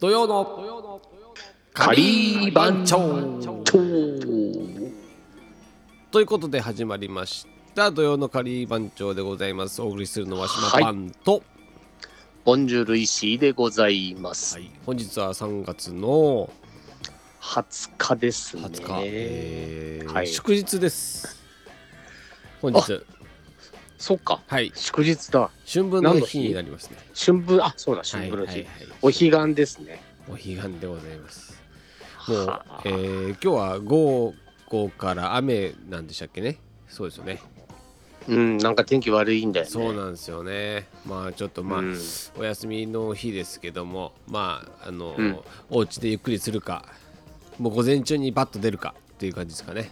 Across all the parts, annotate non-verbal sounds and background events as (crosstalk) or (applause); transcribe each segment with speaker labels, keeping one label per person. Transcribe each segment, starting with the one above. Speaker 1: 土曜の
Speaker 2: カリー番長
Speaker 1: ということで始まりました土曜のカリー番長でございますお送りするのは島パンと、
Speaker 2: ボンジュール石井でございます。
Speaker 1: はい本日は3月の
Speaker 2: 20日ですね。
Speaker 1: 20日、えー
Speaker 2: はい
Speaker 1: 祝日です本日
Speaker 2: そっか。
Speaker 1: はい
Speaker 2: 祝日だ。
Speaker 1: 春分の日になりますね
Speaker 2: 春分、あ、そうだ、春分の日。
Speaker 1: はいはいはい
Speaker 2: お彼岸ですね。
Speaker 1: お彼岸でございますもう
Speaker 2: はあ、
Speaker 1: えー今日は午後から雨なんでしたっけねそうですよね
Speaker 2: うん、なんか天気悪いんだよね。
Speaker 1: そうなんですよね。まあちょっとまあ、
Speaker 2: うん
Speaker 1: お休みの日ですけども、まああの、
Speaker 2: うん
Speaker 1: お家でゆっくりするか、もう午前中にバッと出るかっていう感じですかね。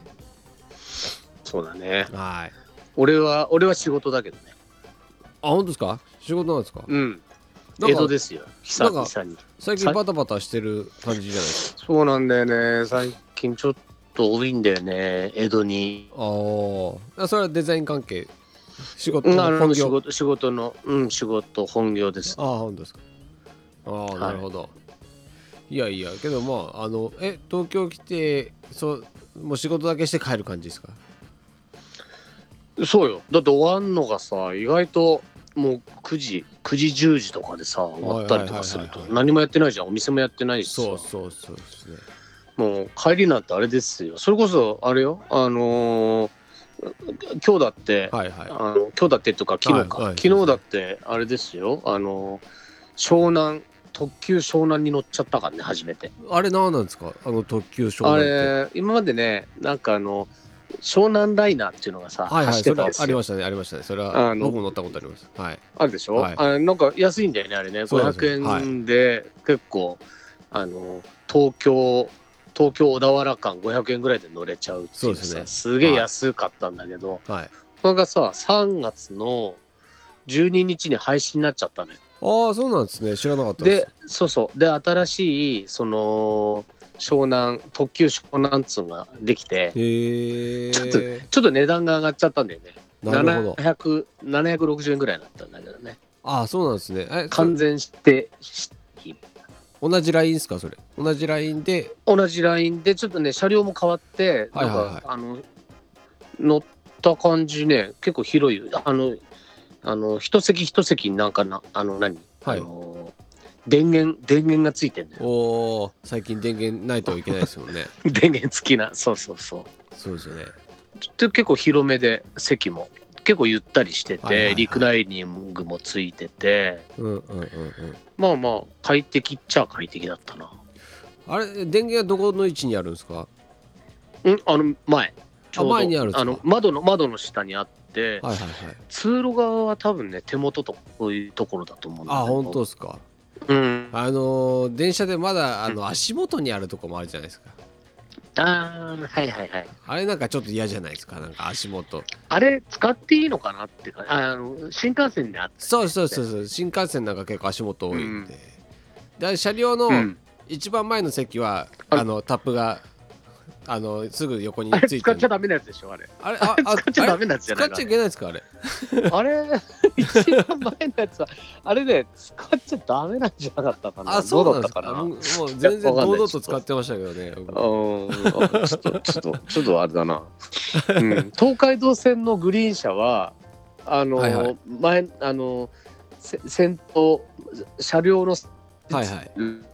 Speaker 2: そうだね。
Speaker 1: はい。
Speaker 2: 俺は、俺は仕事だけどね。
Speaker 1: あ本当ですか？仕事なんですか？
Speaker 2: うん。
Speaker 1: なん
Speaker 2: 江
Speaker 1: か
Speaker 2: 戸ですよ。久
Speaker 1: なんか
Speaker 2: 々に。
Speaker 1: 最近バタバタしてる感じじゃないですか。
Speaker 2: そうなんだよね。最近ちょっと多いんだよね。江戸に。
Speaker 1: あーあ、それはデザイン関係、仕事
Speaker 2: うんあ
Speaker 1: の
Speaker 2: の
Speaker 1: 本
Speaker 2: 仕
Speaker 1: 業。
Speaker 2: 事仕事の、うん、仕事、本業です。
Speaker 1: ああ本当ですか。ああ、
Speaker 2: い
Speaker 1: なるほど。いやいやけどまああのえ東京来てそうもう仕事だけして帰る感じですか？
Speaker 2: そうよ。だって終わんのがさ、意外ともう9時、9時10時とかでさ、終わったりとかする
Speaker 1: はいはい
Speaker 2: と
Speaker 1: はいはい、
Speaker 2: 何もやってないじゃん。お店もやってないしさ
Speaker 1: そうそうそうですね。
Speaker 2: もう帰りなんてあれですよ。それこそ、あれよ、あのー今日だって、
Speaker 1: はいはい。
Speaker 2: あの今日だってとか、昨日か、
Speaker 1: はいはい
Speaker 2: 昨日だって、あれですよ、あのー湘南、特急湘南に乗っちゃったからね、初めて。
Speaker 1: あれ何なんですかあの特急湘
Speaker 2: あ
Speaker 1: 南って。
Speaker 2: れ、今までね、なんかあの、湘南ライナーっていうのがさ、
Speaker 1: はいはい、
Speaker 2: 走っ
Speaker 1: そ
Speaker 2: て
Speaker 1: れ
Speaker 2: たん
Speaker 1: は
Speaker 2: です
Speaker 1: あり
Speaker 2: よ。
Speaker 1: ましたね、ありましたね。それは
Speaker 2: あの
Speaker 1: 僕も乗ったことあります。はい。
Speaker 2: あるでしょ、
Speaker 1: はい
Speaker 2: あなんか安いんだよねあれね
Speaker 1: そうなんですよ
Speaker 2: 500円で結構、あの東京東京小田原間500円ぐらいで乗れちゃうっていうさ
Speaker 1: そうですね
Speaker 2: すげえ安かったんだけど、
Speaker 1: はい、
Speaker 2: これがさ3月の12日に廃止になっちゃったのよ。
Speaker 1: ああ、そうなんですね。知らなかった。
Speaker 2: ですそうそうで新しいその湘南特急湘南っつうのができて
Speaker 1: へえ。
Speaker 2: ちょっとちょっと値段が上がっちゃったんだよね。
Speaker 1: なるほど。
Speaker 2: 700 760円ぐらいになったんだけどね
Speaker 1: ああ、そうなんですね。え、
Speaker 2: 完全して
Speaker 1: 同じラインですか、それ。同じラインで。
Speaker 2: 同じラインでちょっとね車両も変わって
Speaker 1: は
Speaker 2: ないん
Speaker 1: はいはい
Speaker 2: かあの乗った感じね結構広いよあのあの一席一席になんかなあの何、
Speaker 1: はい
Speaker 2: あの電源電源がついてんだよ
Speaker 1: おお、最近電源ないといけないですもんね。 (laughs)
Speaker 2: 電源付きなそうそうそう
Speaker 1: そうですよね。
Speaker 2: で結構広めで席も結構ゆったりしてて、
Speaker 1: はいはいはい
Speaker 2: リクライニングもついてて
Speaker 1: うんうんうんうん。
Speaker 2: まあまあ快適っちゃ快適だったな
Speaker 1: あれ、電源はどこの位置にあるんですか
Speaker 2: うんあの前ちょうど
Speaker 1: 前にあるんですか
Speaker 2: の窓の窓の下にあって、
Speaker 1: はいはいはい。
Speaker 2: 通路側は多分ね手元とこういうところだと思うんだけ
Speaker 1: あ
Speaker 2: ど
Speaker 1: あ、本当ですか。
Speaker 2: 当うんあ
Speaker 1: あのー、電車でまだあの足元にあるとこもあるじゃないですか。
Speaker 2: あーはいはいはい
Speaker 1: あれなんかちょっと嫌じゃないですか、なんか足元。
Speaker 2: あれ使っていいのかなってかあの新幹線であっ
Speaker 1: そうそうそうそう、新幹線なんか結構足元多いんで。で車両の
Speaker 2: うん
Speaker 1: 一番前の席は、
Speaker 2: あ
Speaker 1: あのタップがあのすぐ横に
Speaker 2: あれ
Speaker 1: つい
Speaker 2: 使
Speaker 1: て
Speaker 2: っちゃ
Speaker 1: る。
Speaker 2: ダメなやつでしょあれ
Speaker 1: あれああ
Speaker 2: (laughs) 使っちゃダメなやつじゃ
Speaker 1: 使
Speaker 2: な
Speaker 1: っ
Speaker 2: いの
Speaker 1: ちゃいけないですか、あれ。
Speaker 2: あれ (laughs) 一番前のやつはあれね使っちゃダメなんじゃなかったかな
Speaker 1: あ、そうな
Speaker 2: ど
Speaker 1: ん
Speaker 2: う
Speaker 1: で
Speaker 2: だっ
Speaker 1: す
Speaker 2: た
Speaker 1: か。
Speaker 2: かなうん
Speaker 1: もうもう全然
Speaker 2: いやわかん
Speaker 1: 堂
Speaker 2: ない
Speaker 1: 々と使ってましたけどね。
Speaker 2: ちょっとちょっとちょっとあれだ
Speaker 1: (laughs)
Speaker 2: な、うん、東海道線のグリーン車はあの、
Speaker 1: はいはい
Speaker 2: 前あのせ先頭車両の
Speaker 1: はいはい。
Speaker 2: うん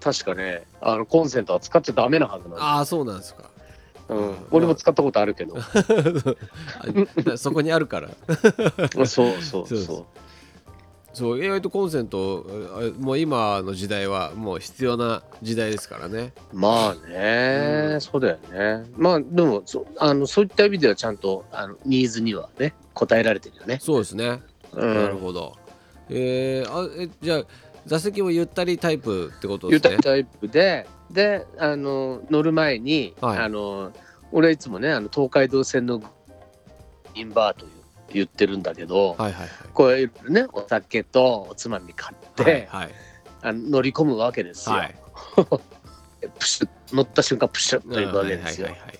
Speaker 2: 確かねあのコンセントは使っちゃダメなはずなんだ、
Speaker 1: ああ、そうなんですか。
Speaker 2: うん、俺も使ったことあるけ
Speaker 1: (laughs)
Speaker 2: ど
Speaker 1: あそこにあるから。
Speaker 2: そうそうそう
Speaker 1: そうそそう、意外とコンセント、あもう今の時代はもう必要な時代ですからね。
Speaker 2: まあね、
Speaker 1: うん
Speaker 2: そうだよねまあでもそあのそういった意味ではちゃんとあのニーズにはね応えられてるよね、
Speaker 1: そうですね。
Speaker 2: う
Speaker 1: なる
Speaker 2: ん、
Speaker 1: ほど。えー、あえじゃあ座席もゆったりタイプってことで
Speaker 2: ゆった
Speaker 1: す
Speaker 2: り
Speaker 1: ね。
Speaker 2: タイプでであの乗る前に、
Speaker 1: はい
Speaker 2: あの俺はいつもねあの東海道線のインバーという言ってるんだけど、
Speaker 1: はいはい
Speaker 2: こういうねお酒とおつまみ買って、
Speaker 1: はい。はい
Speaker 2: あの乗り込むわけですよ、
Speaker 1: はい。はい。
Speaker 2: プシュッ乗った瞬間プシュッといくわけですよ
Speaker 1: はいはい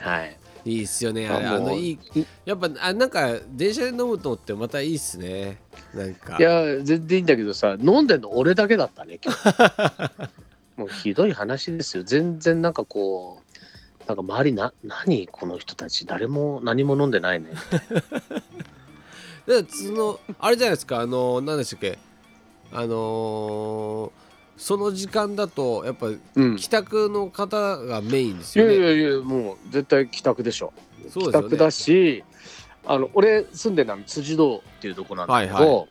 Speaker 1: はいはい
Speaker 2: はい
Speaker 1: いいっすよねあれ
Speaker 2: あ
Speaker 1: あ
Speaker 2: もう
Speaker 1: のいいやっぱあなんか電車で飲むとってまたいいっすねなんか
Speaker 2: いや全然いいんだけどさ飲んでんの俺だけだったね今日
Speaker 1: (laughs)
Speaker 2: もうひどい話ですよ全然なんかこうなんか周りな何この人たち誰も何も飲んでないね
Speaker 1: (laughs) だからそのあれじゃないですかあの何でしたっけあのーその時間だとやっぱ
Speaker 2: うん
Speaker 1: 帰宅の方がメインです
Speaker 2: いや
Speaker 1: よ
Speaker 2: い
Speaker 1: ね
Speaker 2: やいやもう絶対帰宅でしょ
Speaker 1: そうですよ
Speaker 2: 帰
Speaker 1: ね
Speaker 2: 宅だしあの俺住んでるのは辻堂っていうとこなんだけど、
Speaker 1: はいは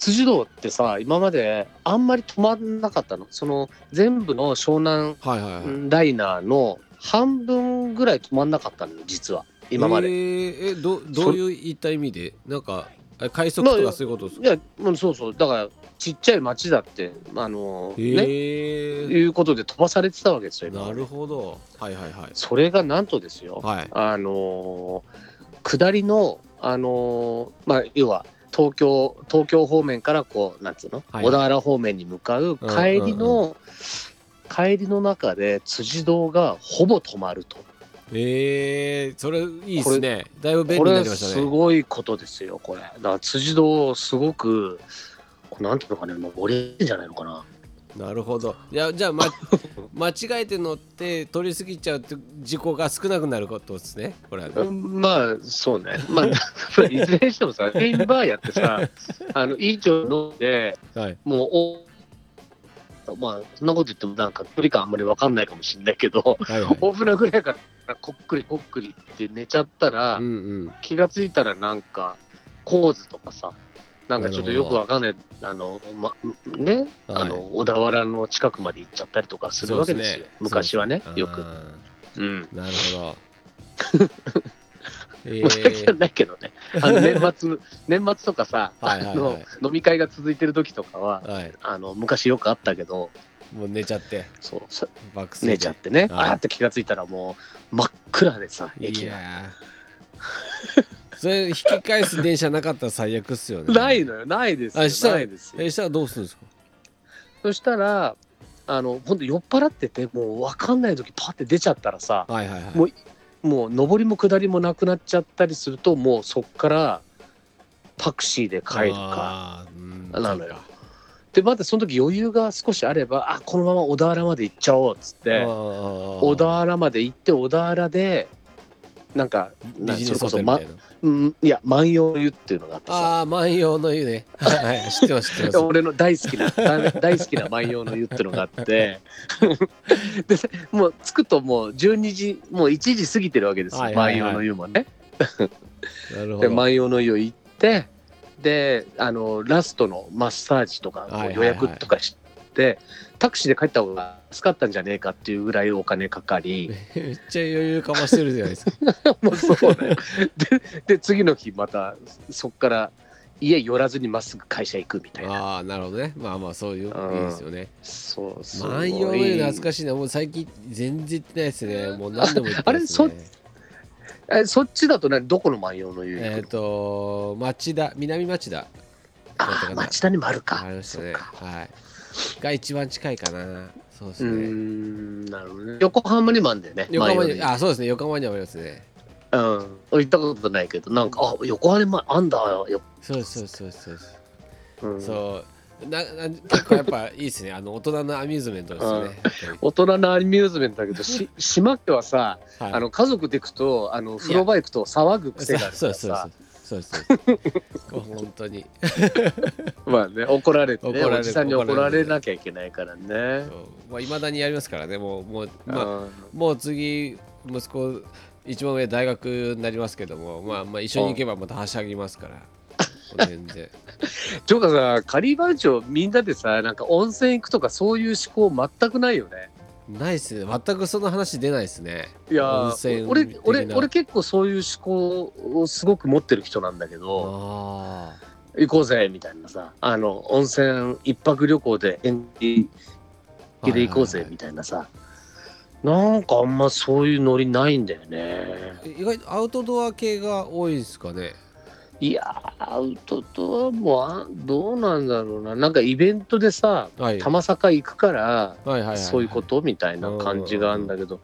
Speaker 2: 辻堂ってさ今まであんまり止まんなかったのその全部の湘南
Speaker 1: はいはいはい
Speaker 2: ダイナーの半分ぐらい止まんなかったのよ実は今まで、
Speaker 1: えーえどどういういった意味でなんかあ快速とかそういうことですか
Speaker 2: いやもうそうそうだからちっちゃい町だってあの
Speaker 1: え
Speaker 2: ね
Speaker 1: ー
Speaker 2: いうことで飛ばされてたわけですよ今ま
Speaker 1: な
Speaker 2: で
Speaker 1: るほどはいはいはい
Speaker 2: それがなんとですよ、
Speaker 1: はい
Speaker 2: あのー下りの、あのーまあ、要は東京東京方面からこうなんつうの、
Speaker 1: はい
Speaker 2: 小田原方面に向かう帰りの、
Speaker 1: う
Speaker 2: 帰りの中で辻堂がほぼ止まると
Speaker 1: えー、それいいですねだいぶ便利
Speaker 2: こ
Speaker 1: にな
Speaker 2: れ
Speaker 1: りました
Speaker 2: す
Speaker 1: ね
Speaker 2: ごいことですよこれだから辻堂すごくこうなんていうのかね盛り上げてんじゃないのかな
Speaker 1: なるほどいやじゃあ、
Speaker 2: (laughs)
Speaker 1: ま、間違えて乗って取り過ぎちゃうって事故が少なくなることですねこれはね
Speaker 2: まあそうねまあ (laughs) いずれにしてもさメインバーやってさあのいい調子飲んで (laughs)
Speaker 1: はい
Speaker 2: もうお、まあ、そんなこと言っても、なんか距離感あんまり分かんないかもしれないけど、
Speaker 1: はいはい
Speaker 2: 大船ぐらいからこっくりこっくりって寝ちゃったら、
Speaker 1: うんうん
Speaker 2: 気がついたらなんか、構図とかさ、なんかちょっとよく分かんない、あの、ま、ね、あ
Speaker 1: はい
Speaker 2: の、小田原の近くまで行っちゃったりとかするわけですよ、
Speaker 1: そうっ
Speaker 2: 昔はね、
Speaker 1: そうっす
Speaker 2: よく。
Speaker 1: あ
Speaker 2: うん。
Speaker 1: ーなるほ
Speaker 2: (laughs)
Speaker 1: どえ
Speaker 2: まあ、じゃ
Speaker 1: ー、
Speaker 2: ないけどね、あの年末、 (laughs) 年末とかさ、
Speaker 1: はいはいはい
Speaker 2: あの飲み会が続いてる時とかは、
Speaker 1: はい
Speaker 2: あの昔よくあったけど、
Speaker 1: もう寝ちゃって
Speaker 2: そう、
Speaker 1: 爆睡
Speaker 2: 寝
Speaker 1: で
Speaker 2: ちゃってね、
Speaker 1: はい
Speaker 2: あーって気がついたらもう真っ暗でさ、
Speaker 1: い
Speaker 2: 駅が。
Speaker 1: やー (laughs) それ引き返す電車なかったら最悪っすよね
Speaker 2: ないのよ、ないです
Speaker 1: あ
Speaker 2: よ。
Speaker 1: したら
Speaker 2: ないですよ
Speaker 1: えしたらどうするんですか
Speaker 2: そしたら、あの、ほんと酔っ払ってて、もう分かんない時パって出ちゃったらさ、
Speaker 1: はいはいはい
Speaker 2: もうもう上りも下りもなくなっちゃったりすると、もうそっからタクシーで帰る
Speaker 1: あ
Speaker 2: か。
Speaker 1: ーうん
Speaker 2: なのよで、またその時余裕が少しあれば、あ、このまま小田原まで行っちゃおうっつっ
Speaker 1: あー
Speaker 2: て、小田原まで行って、小田原で、なんか、な
Speaker 1: ビジネスホテルみ
Speaker 2: ま
Speaker 1: たいな
Speaker 2: うん、いや、万葉湯っていうのがあってさ。
Speaker 1: ああ万葉の湯ねはい知ってます知ってます
Speaker 2: 俺の大好きなだ大好きな万葉の湯ってのがあ
Speaker 1: (laughs)
Speaker 2: ってでもう着くともう12時もう1時過ぎてるわけですよ、
Speaker 1: はいはいはい
Speaker 2: 万葉の湯もね。
Speaker 1: なるほ
Speaker 2: で
Speaker 1: ど
Speaker 2: 万葉の湯行ってであのラストのマッサージとか
Speaker 1: いはいはい
Speaker 2: 予約とかして、タクシーで帰った方が安かったんじゃねえかっていうぐらいお金かか
Speaker 1: (laughs)
Speaker 2: り
Speaker 1: めっちゃ余裕かましてるじゃないですか
Speaker 2: もうそうだよでで次の日またそっから家寄らずにまっすぐ会社行くみたいな。
Speaker 1: ああなるほどねまあまあそういう
Speaker 2: うん
Speaker 1: いいですよね
Speaker 2: そうすごい
Speaker 1: 万葉の湯懐かしいなもう最近全然行ってないですねもう何でも行ってないです
Speaker 2: あ
Speaker 1: ね
Speaker 2: れえそっちだとねどこの万葉の湯行くの
Speaker 1: えっと町田南町田
Speaker 2: ああ町田にもあるか。
Speaker 1: ありましたね。
Speaker 2: そっか
Speaker 1: はい。が一番近いかな。そうで
Speaker 2: うー
Speaker 1: すね。
Speaker 2: んなるほどね。横浜にもあるんだよね。
Speaker 1: 横浜に、
Speaker 2: 万葉
Speaker 1: あ、そうですね。横浜にはありますね。
Speaker 2: の湯うん。俺行ったことないけど、なんか、あ横浜にもあんだよ。
Speaker 1: そうですそうですそうです。
Speaker 2: うん
Speaker 1: そう。な、な、結構やっぱいいですね。あの大人のアミューズメントですよね。
Speaker 2: 大人のアミューズメント
Speaker 1: (laughs)
Speaker 2: だけど、し島ってはさ、
Speaker 1: はい
Speaker 2: あの家族で行くと、あの風呂場行くと騒ぐ癖があるか
Speaker 1: そう
Speaker 2: ら
Speaker 1: そう
Speaker 2: さ、
Speaker 1: そうそうそうです。こう本当に。
Speaker 2: まあね、怒られて、
Speaker 1: 怒
Speaker 2: ね、
Speaker 1: られる
Speaker 2: おじさんに怒られなきゃいけないからね。
Speaker 1: まあ未だにやりますからね。もうもうまあ
Speaker 2: うん
Speaker 1: もう次息子一番上大学になりますけども、まあまあ一緒に行けばまたはしゃぎます
Speaker 2: (laughs)
Speaker 1: から。もう全然。
Speaker 2: ジョーカーさ、カリーバンチョみんなでさ、なんか温泉行くとかそういう思考全くないよね。
Speaker 1: ないっすね。全くその話出ないっすね。
Speaker 2: いや
Speaker 1: 温泉
Speaker 2: ー
Speaker 1: 的
Speaker 2: 俺
Speaker 1: な
Speaker 2: 俺俺結構そういう思考をすごく持ってる人なんだけど
Speaker 1: あ
Speaker 2: 行こうぜみたいなさあの温泉一泊旅行で延期
Speaker 1: あ。
Speaker 2: で行こうぜみたいなさ、なんかあんまそういうノリないんだよね
Speaker 1: はいはいはい意外とアウトドア系が多いですかね。
Speaker 2: いやーアウトドアもあどうなんだろうななんかイベントでさ
Speaker 1: はい。
Speaker 2: 玉坂行くから
Speaker 1: はいはいはいはい
Speaker 2: そういうことみたいな感じがあるんだけど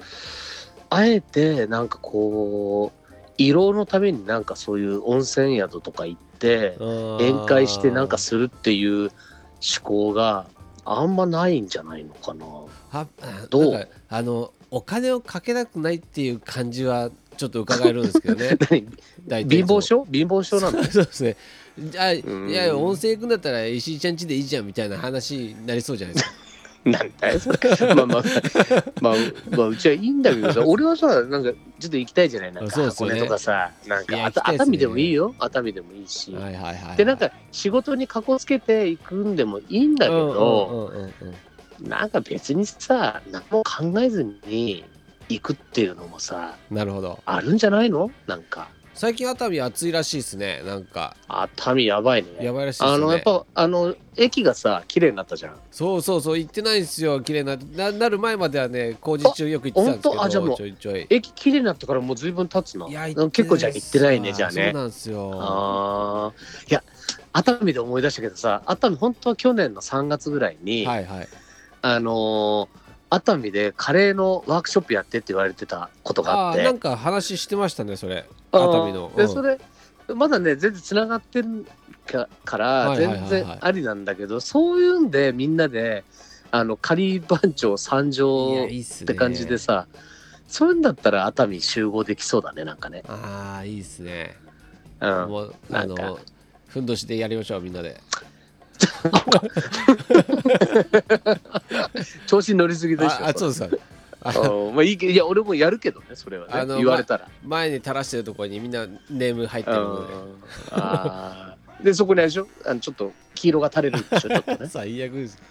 Speaker 2: あえてなんかこう慰労のためになんかそういう温泉宿とか行って宴
Speaker 1: 宴
Speaker 2: 会してなんかするっていう思考があんまないんじゃないのかな
Speaker 1: は
Speaker 2: どう
Speaker 1: なんかあのお金をかけたくないっていう感じはちょっと伺えるんですけど
Speaker 2: (laughs)
Speaker 1: ね
Speaker 2: 何
Speaker 1: (laughs) 大体い
Speaker 2: 貧
Speaker 1: つも
Speaker 2: 乏症貧乏症なんだ
Speaker 1: (laughs) そうですねじゃあい
Speaker 2: ん
Speaker 1: やいや温泉行くんだったら石井ちゃん家でいいじゃんみたいな話になりそうじゃないですか
Speaker 2: なんだよそれ (laughs) まあまあまあ、まあ、うちはいいんだ
Speaker 1: (laughs)
Speaker 2: けどさ俺はさなんかちょっと行きたいじゃないなんか
Speaker 1: そうです
Speaker 2: 箱
Speaker 1: よね
Speaker 2: 根とかさなん
Speaker 1: い
Speaker 2: か
Speaker 1: や
Speaker 2: あ
Speaker 1: 行きたい
Speaker 2: た
Speaker 1: ですね
Speaker 2: 熱海でもいいよ熱海でもいいし、
Speaker 1: はいはいはい、はい、
Speaker 2: でなんか仕事にかこつけていくんでもいいんだけど、
Speaker 1: うんうんうんうんうん
Speaker 2: なんか別にさ何も考えずに行くっていうのもさ
Speaker 1: なるほど
Speaker 2: あるんじゃないのなんか
Speaker 1: 最近熱海暑いらしいですねなんか
Speaker 2: 熱海やばいね
Speaker 1: やばいらしいですね
Speaker 2: あのやっぱあの駅がさ綺麗になったじゃん
Speaker 1: そうそうそう行ってないんですよ綺麗なななる前まではね工事中よく行ってたんですけど
Speaker 2: あほんとあじゃあもう
Speaker 1: ちょいちょい
Speaker 2: 駅綺麗になったからもう随分経つない
Speaker 1: や行ってないっす
Speaker 2: 結構じゃあ行ってないねじゃあ
Speaker 1: そう
Speaker 2: ね
Speaker 1: なんですよ
Speaker 2: あーいや熱海で思い出したけどさ熱海本当は去年の3月ぐらいに、
Speaker 1: はいはい
Speaker 2: あのー熱海でカレーのワークショップやってって言われてたことがあ
Speaker 1: あ
Speaker 2: っ
Speaker 1: あ
Speaker 2: て
Speaker 1: なんか話してましたねそれ熱
Speaker 2: あー
Speaker 1: 海のう
Speaker 2: で
Speaker 1: ん
Speaker 2: それまだね全然つながってるかから
Speaker 1: はいはいはいはい
Speaker 2: 全然ありなんだけど、そういうんでみんなであの仮番長参
Speaker 1: いや
Speaker 2: 上
Speaker 1: い
Speaker 2: っ
Speaker 1: いっすね
Speaker 2: て感じでさそういうんだったら熱海集合できそうだねなんかね、
Speaker 1: ああいいっすね
Speaker 2: うん、
Speaker 1: もう
Speaker 2: な
Speaker 1: あ
Speaker 2: んか
Speaker 1: のふんどしでやりましょうみんなで
Speaker 2: 調子に乗りすぎでしょ
Speaker 1: ああ
Speaker 2: そ
Speaker 1: そう
Speaker 2: れ
Speaker 1: ですそうですあ
Speaker 2: うんまあいいけいや俺もやるけどねそれは
Speaker 1: あ
Speaker 2: ね
Speaker 1: の
Speaker 2: 言われたら、
Speaker 1: 前に垂らしてるところにみんなネーム入ってるので
Speaker 2: うんあーでそこにあれでしょあのちょっと黄色が垂れるでしょちょっとね
Speaker 1: 最悪です
Speaker 2: (laughs)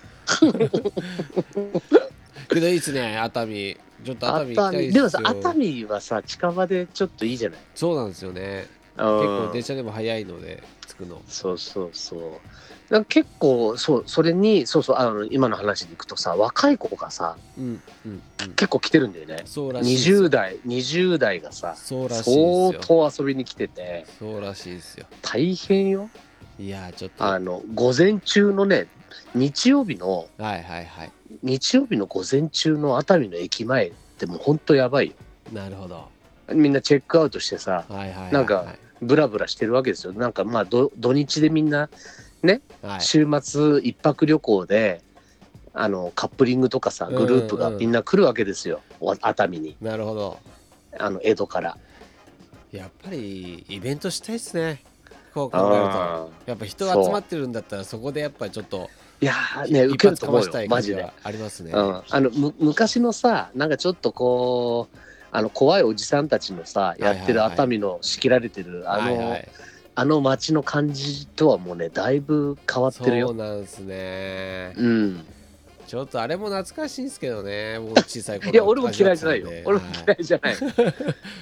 Speaker 1: けどいいっすね熱海ちょっと (laughs) 熱海
Speaker 2: 熱
Speaker 1: 行きたい
Speaker 2: 海
Speaker 1: っす
Speaker 2: で
Speaker 1: よ
Speaker 2: もさ熱海はさ近場でちょっといいじゃない
Speaker 1: そうなんですよね
Speaker 2: 結
Speaker 1: 結構電車でも早いので着くの
Speaker 2: そうそうそう。なんか結構そうそれにそうそうあの今の話でいくとさ若い子がさ
Speaker 1: うんうんうん
Speaker 2: 結構来てるんだよね。
Speaker 1: そうらしいっすよ
Speaker 2: 20代20代がさ
Speaker 1: そうらしいです
Speaker 2: 相
Speaker 1: よ
Speaker 2: 当遊びに来てて
Speaker 1: そうらしいですよ
Speaker 2: 大変よ。
Speaker 1: いやーちょっとは
Speaker 2: あ
Speaker 1: い
Speaker 2: の午前中のね日曜日の
Speaker 1: はいはい
Speaker 2: 日曜日の午前中の熱海の駅前ってもうほんとやばいよ。
Speaker 1: なるほど
Speaker 2: みんなチェックアウトしてさ
Speaker 1: はいはいはいはい
Speaker 2: なんかブラブラしてるわけですよ。なんかまあど土日でみんな
Speaker 1: はい
Speaker 2: 週末一泊旅行であのカップリングとかさ
Speaker 1: うんうん
Speaker 2: グループがみんな来るわけですよ、お熱海に
Speaker 1: なるほど
Speaker 2: あの江戸から
Speaker 1: やっぱりイベントしたいっすねこう考えると
Speaker 2: あー
Speaker 1: やっぱ人が集まってるんだったらそこでやっぱりちょっと
Speaker 2: いやーね受けると思う
Speaker 1: 一発かました
Speaker 2: よ
Speaker 1: い
Speaker 2: マ
Speaker 1: 感
Speaker 2: ジ
Speaker 1: じ
Speaker 2: で、
Speaker 1: はありますね
Speaker 2: うん、あのむ昔のさなんかちょっとこうあの怖いおじさんたちのさやってる
Speaker 1: はいはいはい
Speaker 2: 熱海の仕切られてるあの、
Speaker 1: はいはい
Speaker 2: あの街の感じとはもうねだいぶ変わってる
Speaker 1: そう
Speaker 2: よ
Speaker 1: なんすね
Speaker 2: うん
Speaker 1: ちょっとあれも懐かしいんですけどね僕小さい頃
Speaker 2: いや俺も嫌いじゃないよ
Speaker 1: 味わ
Speaker 2: 俺
Speaker 1: っ
Speaker 2: も
Speaker 1: てたんで
Speaker 2: 嫌いじ
Speaker 1: (laughs)
Speaker 2: ゃない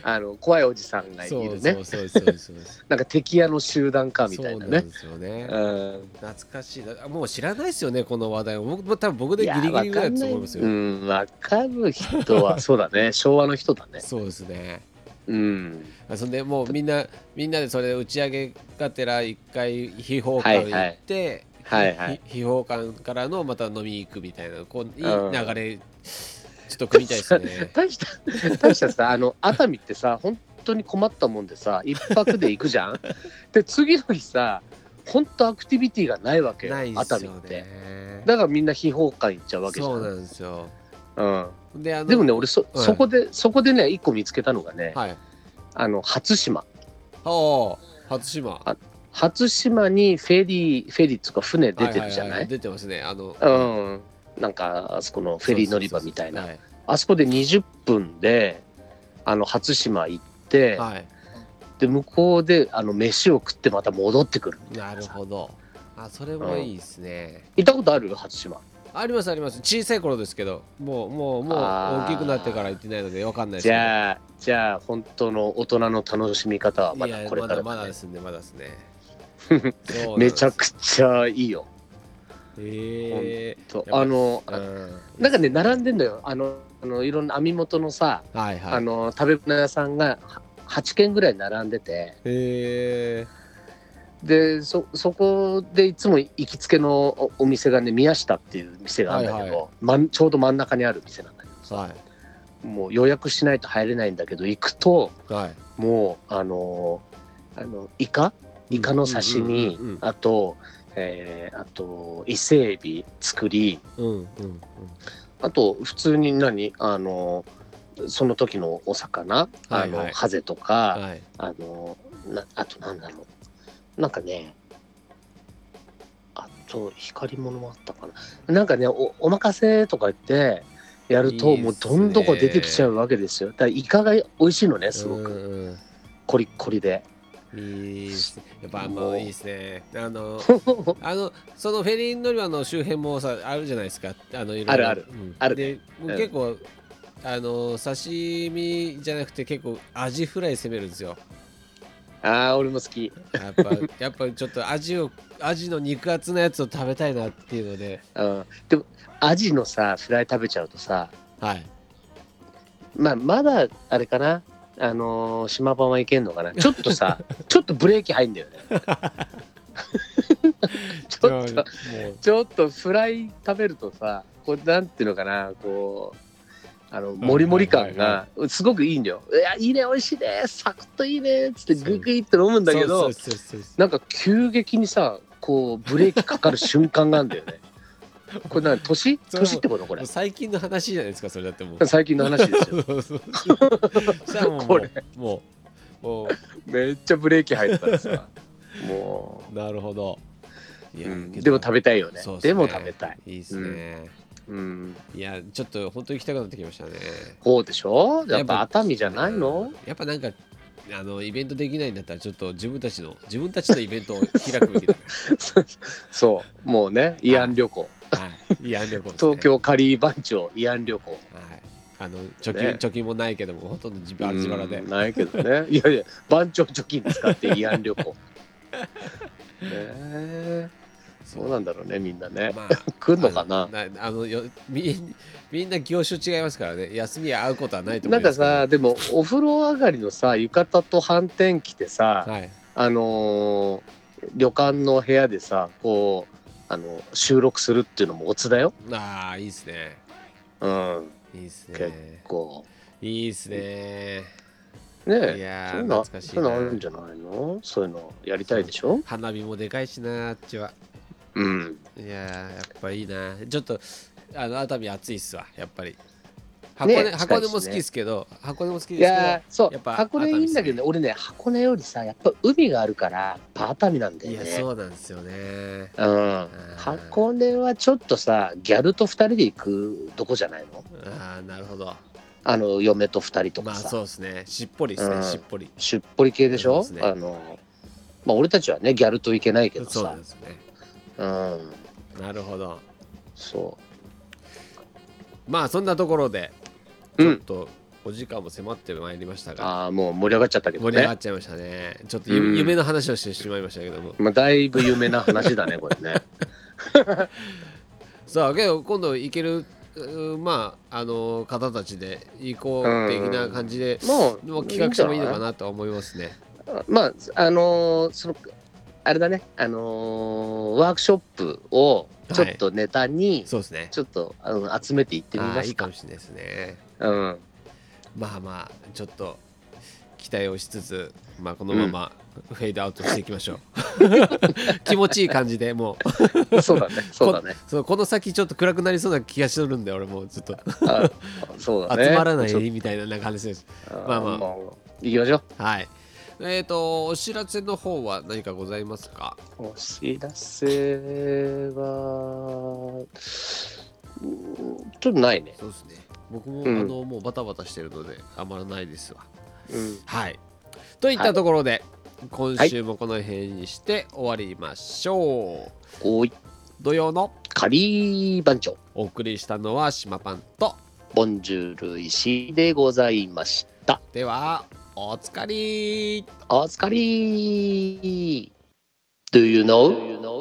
Speaker 2: あの怖いおじさんがいるね
Speaker 1: はいそうそうそうそうそう
Speaker 2: なんか敵屋の集団か (laughs) みたい
Speaker 1: そ
Speaker 2: なね
Speaker 1: うなんですよね
Speaker 2: うん
Speaker 1: 懐かしいなもう知らないですよねこの話題僕も多分僕でギリギリぐらいだと思いますよ、
Speaker 2: うん、わかる人は、そう
Speaker 1: (laughs)
Speaker 2: だね、昭和の人だね。
Speaker 1: そうですね
Speaker 2: うん。
Speaker 1: そんでもうみんなみんなでそれ打ち上げがてら一回秘宝館行って、
Speaker 2: はいはい。
Speaker 1: ひ秘宝館からのまた飲みに行くみたいなこういい
Speaker 2: うん
Speaker 1: 流れちょっと組みたいです
Speaker 2: (laughs)
Speaker 1: ね
Speaker 2: 大した、大したさ、あの、熱海ってさ、本当に困ったもんでさ、一泊で行く
Speaker 1: (laughs)
Speaker 2: じゃん。で、次の日さ、本当アクティビティがないわけよ、
Speaker 1: ないで
Speaker 2: 熱
Speaker 1: す
Speaker 2: 海っ
Speaker 1: よ
Speaker 2: て。
Speaker 1: ね
Speaker 2: だからみんな秘宝館行っちゃうわけじゃん。
Speaker 1: そうなんですよ
Speaker 2: うん、
Speaker 1: であの
Speaker 2: でもね、俺そ、
Speaker 1: うん
Speaker 2: そこで、そこでね、一個見つけたのがね、
Speaker 1: はい
Speaker 2: あの、初島。
Speaker 1: おお初島
Speaker 2: あ初島にフェリー、フェリーっつうか船出てるじゃ
Speaker 1: は
Speaker 2: な
Speaker 1: ははい出てますねあの
Speaker 2: うん。なんか、あそこのフェリー乗り場みたいな
Speaker 1: は。い
Speaker 2: あそこで20分であの初島行って、
Speaker 1: はい
Speaker 2: で向こうであの飯を食ってまた戻ってくる
Speaker 1: なるほどあそれもいいですね、
Speaker 2: 行ったことある初島
Speaker 1: ありますあります小さい頃ですけどもうもうもう
Speaker 2: あー
Speaker 1: 大きくなってから行ってないのでわかんないですけ
Speaker 2: じ
Speaker 1: ど
Speaker 2: ゃあじゃあ本当の大人の楽しみ方はま
Speaker 1: いや
Speaker 2: だこれか
Speaker 1: ま
Speaker 2: ら
Speaker 1: だま
Speaker 2: だ
Speaker 1: だで
Speaker 2: ね
Speaker 1: すねまだですね
Speaker 2: (laughs) めちゃ
Speaker 1: ち
Speaker 2: くちゃいいよ
Speaker 1: ゃえ
Speaker 2: と
Speaker 1: やっぱ
Speaker 2: あの、
Speaker 1: ーうん
Speaker 2: なんかね並んでんのよあのあのいろんな網元のさ、
Speaker 1: はいはい
Speaker 2: あの食べ物屋さんがは8軒ぐらい並んでて
Speaker 1: へえ
Speaker 2: でそそこでいつも行きつけのおお店がね宮下っていう店があるんだけど、
Speaker 1: はいは
Speaker 2: まんちょうど真ん中にある店なんだけどさ、
Speaker 1: はい
Speaker 2: もう予約しないと入れないんだけど行くと
Speaker 1: はい
Speaker 2: もうあのーあのイカイカの刺身
Speaker 1: うんうんうんうん
Speaker 2: あと、えーあと伊勢エビ作り
Speaker 1: うんうんうん
Speaker 2: あと普通に何あのーその時のお魚
Speaker 1: は
Speaker 2: あの、
Speaker 1: いはい
Speaker 2: ハゼとか、
Speaker 1: はい
Speaker 2: あのなあとなんだろうなんかねあと光り物もあったかななんかねおお任せとか言ってやると
Speaker 1: いいっすね
Speaker 2: もうどんどこ出てきちゃうわけですよだからイカが美味しいのねすご
Speaker 1: う
Speaker 2: く
Speaker 1: んうん
Speaker 2: コリッコリで
Speaker 1: いいっすねやっぱも
Speaker 2: も
Speaker 1: う
Speaker 2: う
Speaker 1: いいですねあ
Speaker 2: (laughs)
Speaker 1: のあのそのフェリー乗り場の周辺もさあるじゃないですかあのいろいろ
Speaker 2: あるある
Speaker 1: うん
Speaker 2: ある
Speaker 1: で僕結構、あの刺身じゃなくて結構アジフライ攻めるんですよ
Speaker 2: ああ俺も好き
Speaker 1: やっ
Speaker 2: (laughs)
Speaker 1: ぱやっぱちょっとアジをアジの肉厚なやつを食べたいなっていうので
Speaker 2: うんでもアジのさフライ食べちゃうとさ
Speaker 1: はい
Speaker 2: まあまだあれかなあのー島版はいけんのかなちょっと
Speaker 1: (laughs)
Speaker 2: さちょっとブレーキ入んだよねちょっと
Speaker 1: もう
Speaker 2: ちょっとフライ食べるとさこうなんていうのかなこうあのモリモリ感
Speaker 1: はいは
Speaker 2: がすごくいいんだよ。いやいいね美味しいねサクッといいねっつってググイって飲むんだけ
Speaker 1: そ
Speaker 2: ど
Speaker 1: うそうそうそう
Speaker 2: なんか急激にさこうブレーキかかる瞬間があるんだよ
Speaker 1: (laughs)
Speaker 2: ね。これ何年
Speaker 1: それも
Speaker 2: 年ってことこ
Speaker 1: も
Speaker 2: れ
Speaker 1: う最近の話じゃないですかそれだってもう
Speaker 2: 最近の話です
Speaker 1: (laughs) そ
Speaker 2: よ。
Speaker 1: うそうそうしたらもう
Speaker 2: これ
Speaker 1: もうも
Speaker 2: めっちゃブレーキ入ったらさも、
Speaker 1: うなるほどいうや
Speaker 2: うん
Speaker 1: けど
Speaker 2: でも食べたいよね
Speaker 1: そうっすね
Speaker 2: でも食べたい。
Speaker 1: いいですね、
Speaker 2: うん、
Speaker 1: いやちょっと本当に行きたくなってきましたね
Speaker 2: こうでしょや
Speaker 1: や
Speaker 2: っ
Speaker 1: っぱ
Speaker 2: ぱ熱海じゃないの
Speaker 1: やっぱなんかあのイベントできないんだったらちょっと自分たちの自分たちのイベントを開くべ
Speaker 2: (laughs)
Speaker 1: きだ
Speaker 2: そうもうね慰安旅行。
Speaker 1: はいいや旅行ですね
Speaker 2: 東京カリー番長慰安旅行
Speaker 1: はいあの貯金、
Speaker 2: ね
Speaker 1: 貯金もないけどもほとんど自分自腹で
Speaker 2: うんないけどね (laughs) いやいや番長貯金使って慰安
Speaker 1: (laughs)
Speaker 2: 旅行ねえそうなんだろうねみんなね
Speaker 1: まあ
Speaker 2: 来るのかな
Speaker 1: あのあのよみみんな業種違いますからね休み合うことはないと思
Speaker 2: ないん
Speaker 1: ま
Speaker 2: か
Speaker 1: すけど
Speaker 2: さでもお風呂上がりのさ浴衣と反転着てさ、
Speaker 1: はい
Speaker 2: あのー旅館の部屋でさこうあの収録するっていうのもオツだよ、
Speaker 1: ああいいですね
Speaker 2: うん、
Speaker 1: いいです
Speaker 2: 結
Speaker 1: ね
Speaker 2: こ
Speaker 1: いいですね
Speaker 2: うね
Speaker 1: い
Speaker 2: え
Speaker 1: や
Speaker 2: そうい
Speaker 1: ー
Speaker 2: うの
Speaker 1: 懐かしい
Speaker 2: そういうのあるん
Speaker 1: な
Speaker 2: じゃないのそういうのやりたいでしょ
Speaker 1: 花火もでかいしなあっちは
Speaker 2: うん
Speaker 1: いやーやっぱいいなちょっとあの熱海暑いっすわやっぱり箱
Speaker 2: ね
Speaker 1: 根,、
Speaker 2: 近いっすね
Speaker 1: 箱根も好きですけど箱根も好きですけ
Speaker 2: い
Speaker 1: ど
Speaker 2: やーそう
Speaker 1: やっぱ
Speaker 2: 箱根いいんだけどね俺ね箱根よりさやっぱ海があるから熱海なんだ
Speaker 1: い
Speaker 2: よ
Speaker 1: や
Speaker 2: ね
Speaker 1: そうなんですよね
Speaker 2: うん箱根はちょっとさギャルと2人で行くとこじゃないの
Speaker 1: ああなるほど
Speaker 2: あの嫁と2人と
Speaker 1: ま
Speaker 2: か
Speaker 1: あ
Speaker 2: さ、
Speaker 1: そうですねしっぽりですね、
Speaker 2: うん
Speaker 1: しっぽり
Speaker 2: しゅっぽり系でしょ
Speaker 1: そうですね
Speaker 2: あのまあ俺たちはねギャルといけないけど
Speaker 1: そうな
Speaker 2: さ
Speaker 1: んですね
Speaker 2: うん
Speaker 1: なるほど
Speaker 2: そ
Speaker 1: まあそんなところで
Speaker 2: う
Speaker 1: ち
Speaker 2: う
Speaker 1: ょっ
Speaker 2: ん
Speaker 1: とお時間も迫ってまいりましたが、
Speaker 2: ああもう盛り上がっちゃったけど
Speaker 1: 盛り上が
Speaker 2: ね
Speaker 1: っちゃいましたねちょっとゆ
Speaker 2: うん
Speaker 1: 夢の話をしてしまいましたけども、
Speaker 2: まあ、だいぶ有名な話だねこれね
Speaker 1: さあけど今度行けるうーまああの方たちで行こう的な感じで、
Speaker 2: も
Speaker 1: (laughs)
Speaker 2: う
Speaker 1: もう企画してもいいのか
Speaker 2: な
Speaker 1: なとは思いますね
Speaker 2: まああのーそのあれだねあのーワークショップをちょっとネタに、
Speaker 1: そうですね
Speaker 2: ちょっとあの集めていってみ
Speaker 1: あ
Speaker 2: ま
Speaker 1: ーい
Speaker 2: す
Speaker 1: い
Speaker 2: か
Speaker 1: かもしれないですね
Speaker 2: うん
Speaker 1: まあまあちょっと期待をしつつまあこのままフェードアウトしていきま
Speaker 2: (laughs)
Speaker 1: しょう、気持ちいい感じでもう
Speaker 2: そう
Speaker 1: (laughs)
Speaker 2: だねそうだね
Speaker 1: そうこの先ちょっと暗くなりそうな気がするんで俺もうちょっと
Speaker 2: あそうだね
Speaker 1: 集まらな
Speaker 2: ちょっ
Speaker 1: いみたいななんか話です
Speaker 2: と
Speaker 1: まあまあ
Speaker 2: もう行きましょう
Speaker 1: はいえっ、とお知らせの方は何かございますか
Speaker 2: お知らせはうんちょっとないね、
Speaker 1: そうですね僕も、
Speaker 2: うん
Speaker 1: あのもうバタバタしてるのであまらないですわ
Speaker 2: うん、
Speaker 1: はいといったところで、今週もこの辺にして終わりましょう、
Speaker 2: おい
Speaker 1: 土曜の
Speaker 2: 仮番長
Speaker 1: お送りしたのは島パンと
Speaker 2: ボンジュール石井でございました
Speaker 1: ではおつかり
Speaker 2: お疲れ Do you know?